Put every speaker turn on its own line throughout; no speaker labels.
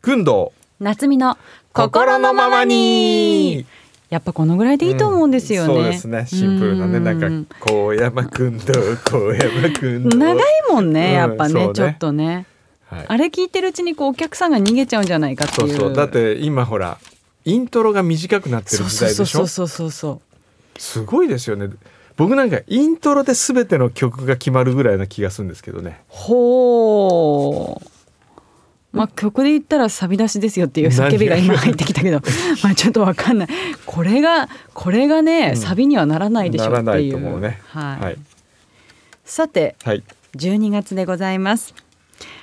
ふんど
夏美の心のままにやっぱこのぐらいでいいと思うんですよね、
そうですねシンプルなね
う
なんか高山くんど高山くんど
長いもんね
うん
やっぱね,、
そうね
ちょっとね
はい
あれ聞いてるうちにこうお客さんが逃げちゃうんじゃないかって
そ
いうう
そうだって今ほらイントロが短くなって
そ
る
う
時
そう
代
そ
で
う
し
そ
ょ
うそうそうそう
すごいですよね僕なんかイントロで全ての曲が決まるぐらいな気がするんですけどね
ほうまあ曲で言ったらサビ出しですよっていう叫びが今入ってきた けどまあちょっとわかんないこれがこれがね、
うん
サビにはならないでしょっていう
ならないと思うね
はい
はい
さて
はい
12月でございます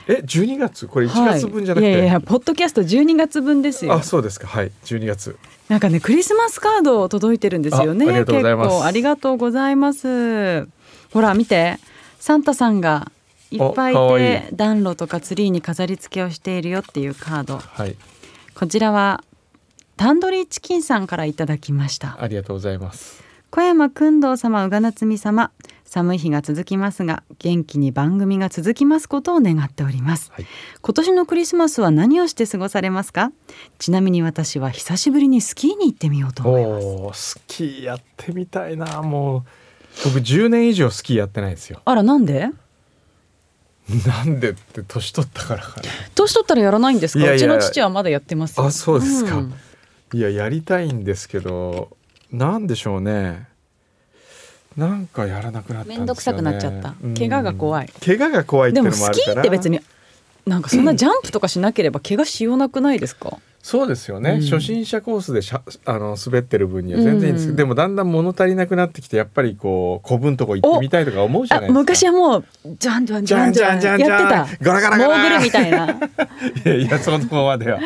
え12月これ1月分じゃなく
はい、い
て、
やいやポッドキャスト12月分ですよ
あそうですかはい12月
なんかねクリスマスカード届いてるんですよね
あありがとうございます
結構ありがとうございますほら見てサンタさんがいっぱいい
あかわいい
て暖炉とかツリーに飾り付けをしているよっていうカード
はい
こちらはタンドリーチキンさんからいただきました
ありがとうございます
小山君堂様宇賀夏美様寒い日が続きますが元気に番組が続きますことを願っております、
はい
今年のクリスマスは何をして過ごされますかちなみに私は久しぶりにスキーに行ってみようと思います
おースキーやってみたいなもう僕10年以上スキーやってないんですよ
あらなんで
なんでって年取ったからかな
年取ったらやらないんですか
いやいや
うちの父はまだやってますよ
あそうですか、
ん
いややりたいんですけどなんでしょうねなんかやらなくなったんですよ、ね、
めんどくさくなっちゃった怪我が怖い
怪我が怖いってい
で
うのも
もス
ある
キ
から
ーって別になんかそんなジャンプとかしなければ怪我しようなくないですか
そうですよね、
うん
初心者コースでしゃあの滑ってる分には全然いいんですけど、
うん
でもだんだん物足りなくなってきてやっぱりこう小分とこ行ってみたいとか思うじゃ
あ
ないですか
昔はもうジャンジャンジャンジャン
ジャンジャンジャンジャン
やってた
ガラガラガラ
モーグルみたいな
いやいやそのままでは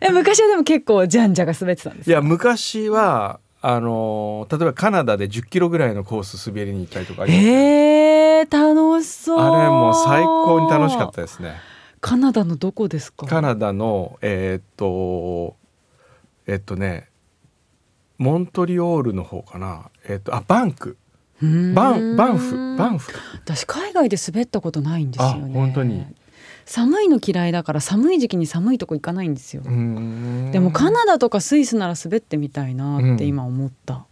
え昔はでも結構ジャンジャンが滑ってたんです
いや昔はあの例えばカナダで1 0キロぐらいのコース滑りに行ったりとかありました
えー、楽しそう
あれもう最高に楽しかったですね
カナダのどこですか
カナダのえーっとえっとねモントリオールの方かなえっとあバンク
うーん
バンバンフバンフ
私海外で滑ったことないんですよね
あ本当に
寒いの嫌いだから寒い時期に寒いとこ行かないんですよ
うーん
でもカナダとかスイスなら滑ってみたいなって
うん
今思った、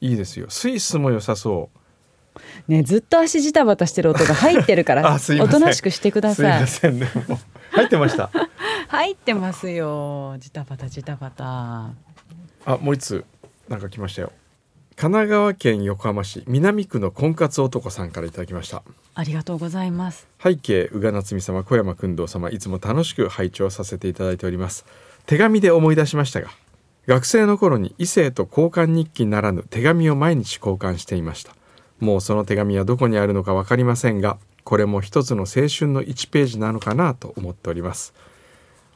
いいですよスイスも良さそう
ねずっと足ジタバタしてる音が入ってるから
あすいま
お
せ
と
ん
なしくしてくだ
すい
さい
ませんねもう入ってました
入ってますよジタバタジタバタ
あもう一つなんか来ましたよ神奈川県横浜市南区の婚活男さんからいただきました
ありがとうございます
背景宇賀夏美様小山君堂様いつも楽しく拝聴させていただいております手紙で思い出しましたが学生の頃に異性と交換日記ならぬ手紙を毎日交換していましたもうその手紙はどこにあるのか分かりませんがこれも一つの青春の1ページなのかなと思っております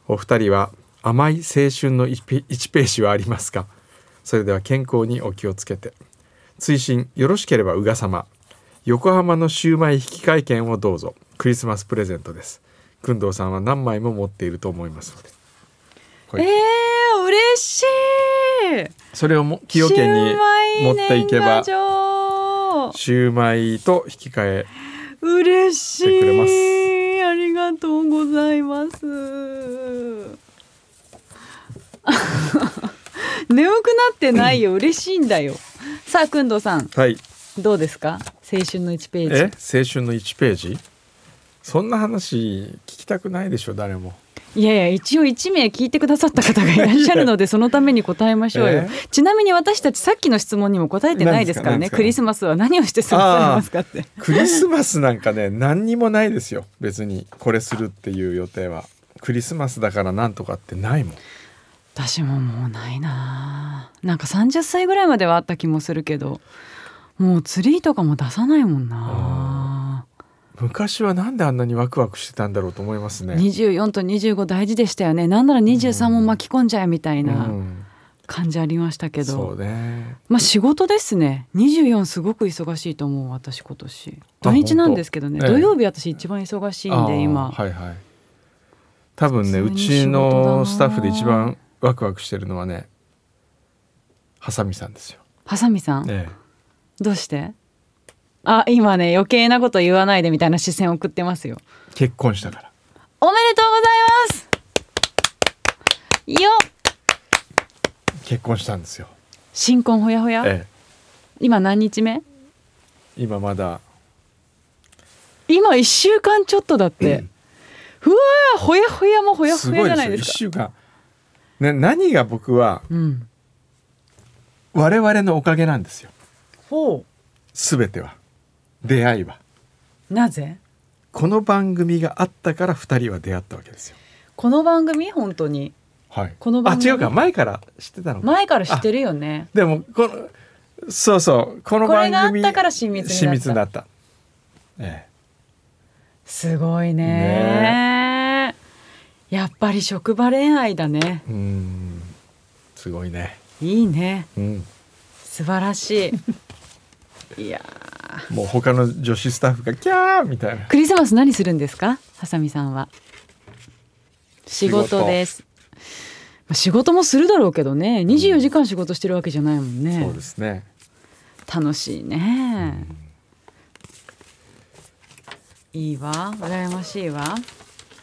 お二人は甘い青春の 1, ペ1ページはありますかそれでは健康にお気をつけて追伸よろしければ宇賀様横浜のシューマイ引き換え券をどうぞクリスマスプレゼントです工藤さんは何枚も持っていると思いますのでこ
え
れ
ー、嬉しい
それをも崎陽軒に持っていけば
シューマイ年賀状
シューマイと引き換え
嬉し
してくれま
いありがとうございます 眠くなってないよ嬉しいんだよさあくんどさん
はい
どうですか青春の1ペ
え青
ー
春の1ページそんな話聞きたくないでしょ誰も
ジいやいや一応1名聞いてくださった方がいらっしゃ るのでそのために答えましょうよ、
え
ちなみに私たちさっきの質問にも答えてないですから
何
ね
ですか何ですか
クリスマスは何をして過ごされますかって
クリスマスなんか ね何にもないですよ別にこれするっていう予定はクリスマスだからなんとかってないもん
私ももうないなあなんか30歳ぐらいまではあった気もするけどもうツリーとかも出さないもんな
昔はなんであんなにワクワクしてたんだろうと思いますね
24と25大事でしたよねなんなら23も巻き込んじゃえみたいうなん感じありましたけど、
そうね
まあ仕事ですね24すごく忙しいと思う私今年土日なんですけどね
本当
土
ええ
曜日私一番忙しいん
あー
で今、
はいはい多分ね
普
う
通に仕
ち
事だな
のスタッフで一番ワクワクしてるのはねハサミさんですよ、
ハサミさん、
ええ
どうしてあ今ね余計なこと言わないでみたいな視線送ってますよ
結婚したから
おめでとうございますよっ
結婚したんですよ。
新婚ほやほや
え
今何日目
え、今まだ
今1週間ちょっとだって、うわーほやほやもほや
す
ほ
ご
や
い
じゃ
ですよ。
ないで
一
すか
週間。ね、何が僕は
うん
我々のおかげなんですよ。
ほ
すべては出会いは
うなぜ
この番組があったから二人は出会ったわけですよ。
この番組本当に
はい。
この番組
あ違うか前から知ってたのか。
前から知ってるよね
でもこのそうそうこの
これ
番
があっ
組
たから親密になった
親密になった。ええ。
すごいねやっぱり職場恋愛だね
うーんすごいね。
いいね
うん。
素晴らしいいやー
もう他の女子スタッフがキャーみたいな。
クリスマス何するんですかハサミさんは仕事ですまあ仕事もするだろうけどね24時間仕事してるわけじゃないもんね、
そうですね。
楽しいね、いいわ羨ましいわ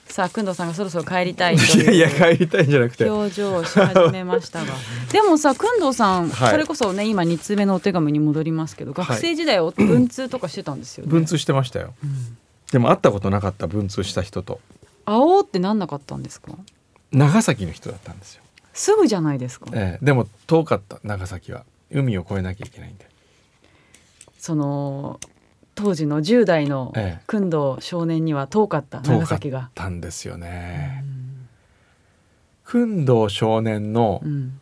さあ工藤さんがそろそろ帰りたいという
いやいや帰りたいんじゃなくて。
表情をし始めましたが でもさ工藤さん、
はい
それこそね今2通目のお手紙に戻りますけど
はい
学生時代を文通とかしてたんですよね、
文通してましたよ。でも会ったことなかった文通した人と
会おうってなんなかったんですか
長崎の人だったんですよ。
すぐじゃないですか
ええ、でも遠かった長崎は海を越えなきゃいけないんで。
その当時の10代の
ええ
工藤少年には遠かった
遠か
長
っ
崎が、
たんですよね。訓道少年の
うん、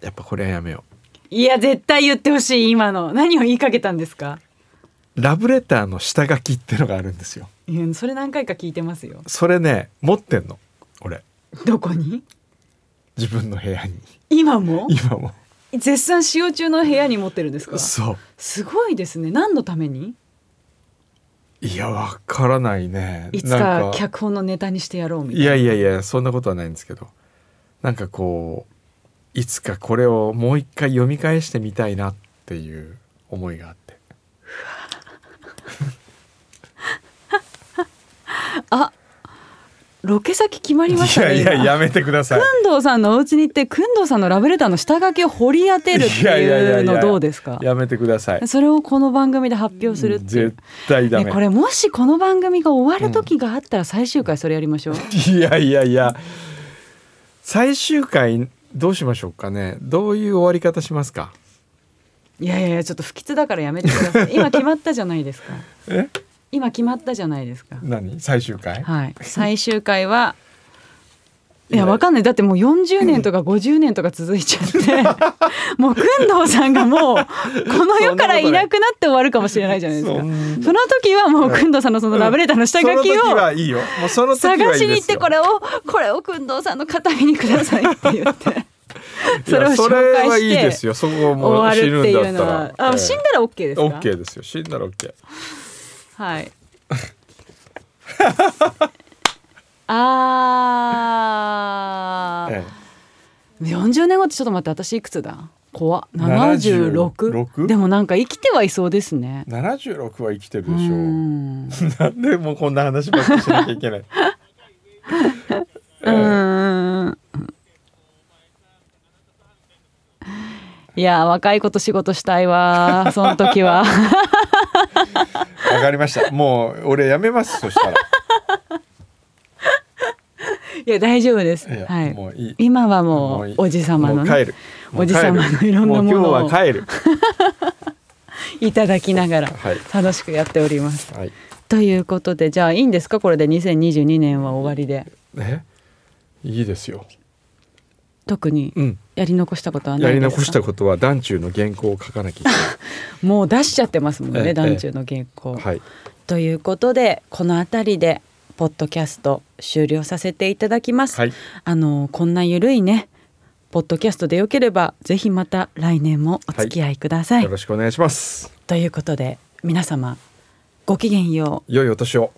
やっぱこれはやめよ
いや絶対言ってほしい今の何を言いかけたんですか
う。ラブレターの下書きってのがあるんですよ。
いやそれ何回か聞いてますよ
それね持ってんの俺
どこに
自分の部屋 に
今も
今も。
絶賛使用中の部屋に持ってるんですか
そう
すごいですね何のために
いやわからないね
いつ
な
か
んか
脚本のネタにしてやろうみたい
い
な
やいやいやそんなことはないんですけどなんかこういつかこれをもう一回読み返してみたいなっていう思いがあって
あロケ先決まりました
い
ね
やいや
今
やめてください
工藤さんのお家に行って工藤さんのラブレターの下書きを掘り当てるって
いやいやいや
いう
い
の
や
どうですか
やめてください
それをこの番組で発表するっていう
絶対ダ
ね、
メ、
これもしこの番組が終わる時があったら最終回それやりましょう、
いやいやいや最終回どうしましょうかねどういう終わり方しますか
いやいやいやちょっと不吉だからやめてください今決まったじゃないですか
え
今決まったじゃないですか
何最終回
はい、最終回はいや
いや
わかんないだってもう40年とか50年とか続いちゃって もう工藤さんがもうこの世からいなくなって終わるかもしれないじゃないですか
そ
そ
んな
の時はもう工藤さんのそのラブレターの下
そ
書
の
き
時
を
はいいよもうその時はいいで
探
す
し
よ
に行ってこれをこれを工藤さんの片身にくださいって言って
いや
それを
それ
紹
は
介
いい
し
です
て
よそこを
終
も
わ
う死
る
ぬ
っ
ん
てい
だ
う
っ
の
た
は
ら、
あ死んだら OK ですか
オッケーですよ死んだらオッケー
はい。あー、
え
40年後ってちょっと待って私いくつだ怖っ
76
76でもなんか生きてはいそうですね
え、76は生きてる
う
でしょう
ん
なんでもうこんな話ばっかりしなきゃいけ ない
うんいやー若い子と仕事したいわ ーその時は
わかりましたもう俺やめますそしたら
いや大丈夫です
いや
はい
もういい
今は
も
も
ういうい
おじさまの
もう
ね
帰る
おじさまのいろんなものを
もう今日は帰る
いただきながら
はい
楽しくやっております。
はい
ということでじゃあいいんですかこれで2022年は終わりで
えいいですよ
特に
うん
やり残したことはな
や
い
り
ですか
残したことは団中の原稿を書かなきゃい
もう出しちゃってますもん
え
ね
え
団中の原稿、
けないはい
ということでこの辺りでポッドキャスト終了させていただきます、
はい
あのこんなゆるいねポッドキャストでよければぜひまた来年もお付き合いください、
よろしくお願いします
ということで皆様ごきげんよう
良いお年を